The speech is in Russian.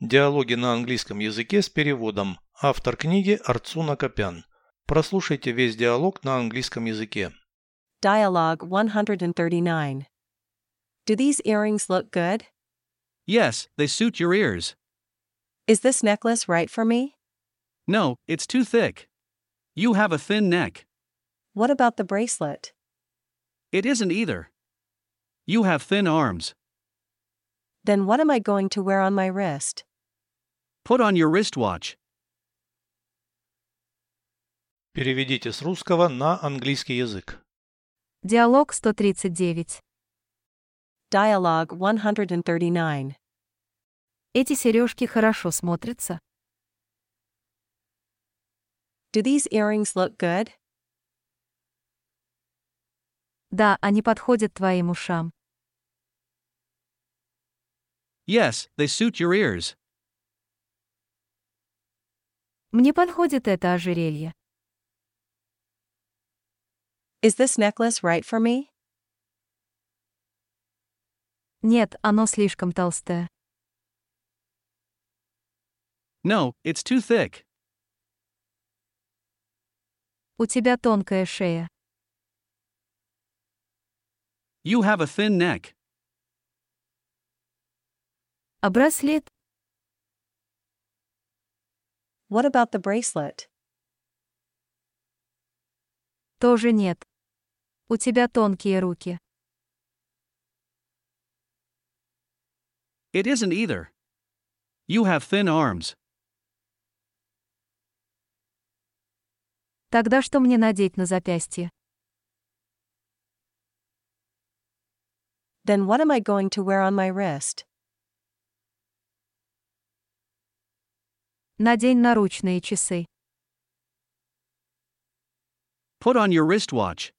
Диалоги на английском языке с переводом. Автор книги Арцуна Копян. Прослушайте весь диалог на английском языке. Dialogue 139. Do these earrings look good? Yes, they suit your ears. Is this necklace right for me? No, it's too thick. You have a thin neck. What about the bracelet? It isn't either. You have thin arms. Then what am I going to wear on my wrist? Put on your wristwatch. Переведите с русского на английский язык. Диалог 139. Dialogue 139. Эти сережки хорошо смотрятся. Do these earrings look good? Да, они подходят твоим ушам. Yes, they suit your ears. Мне подходит это ожерелье. Is this necklace right for me? Нет, оно слишком толстое. No, it's too thick. У тебя тонкая шея. You have a thin neck. А браслет? What about the bracelet? Тоже нет. У тебя тонкие руки. It isn't either. You have thin arms. Тогда что мне надеть на запястье? Then what am I going to wear on my wrist? Надень наручные часы. Put on your wristwatch.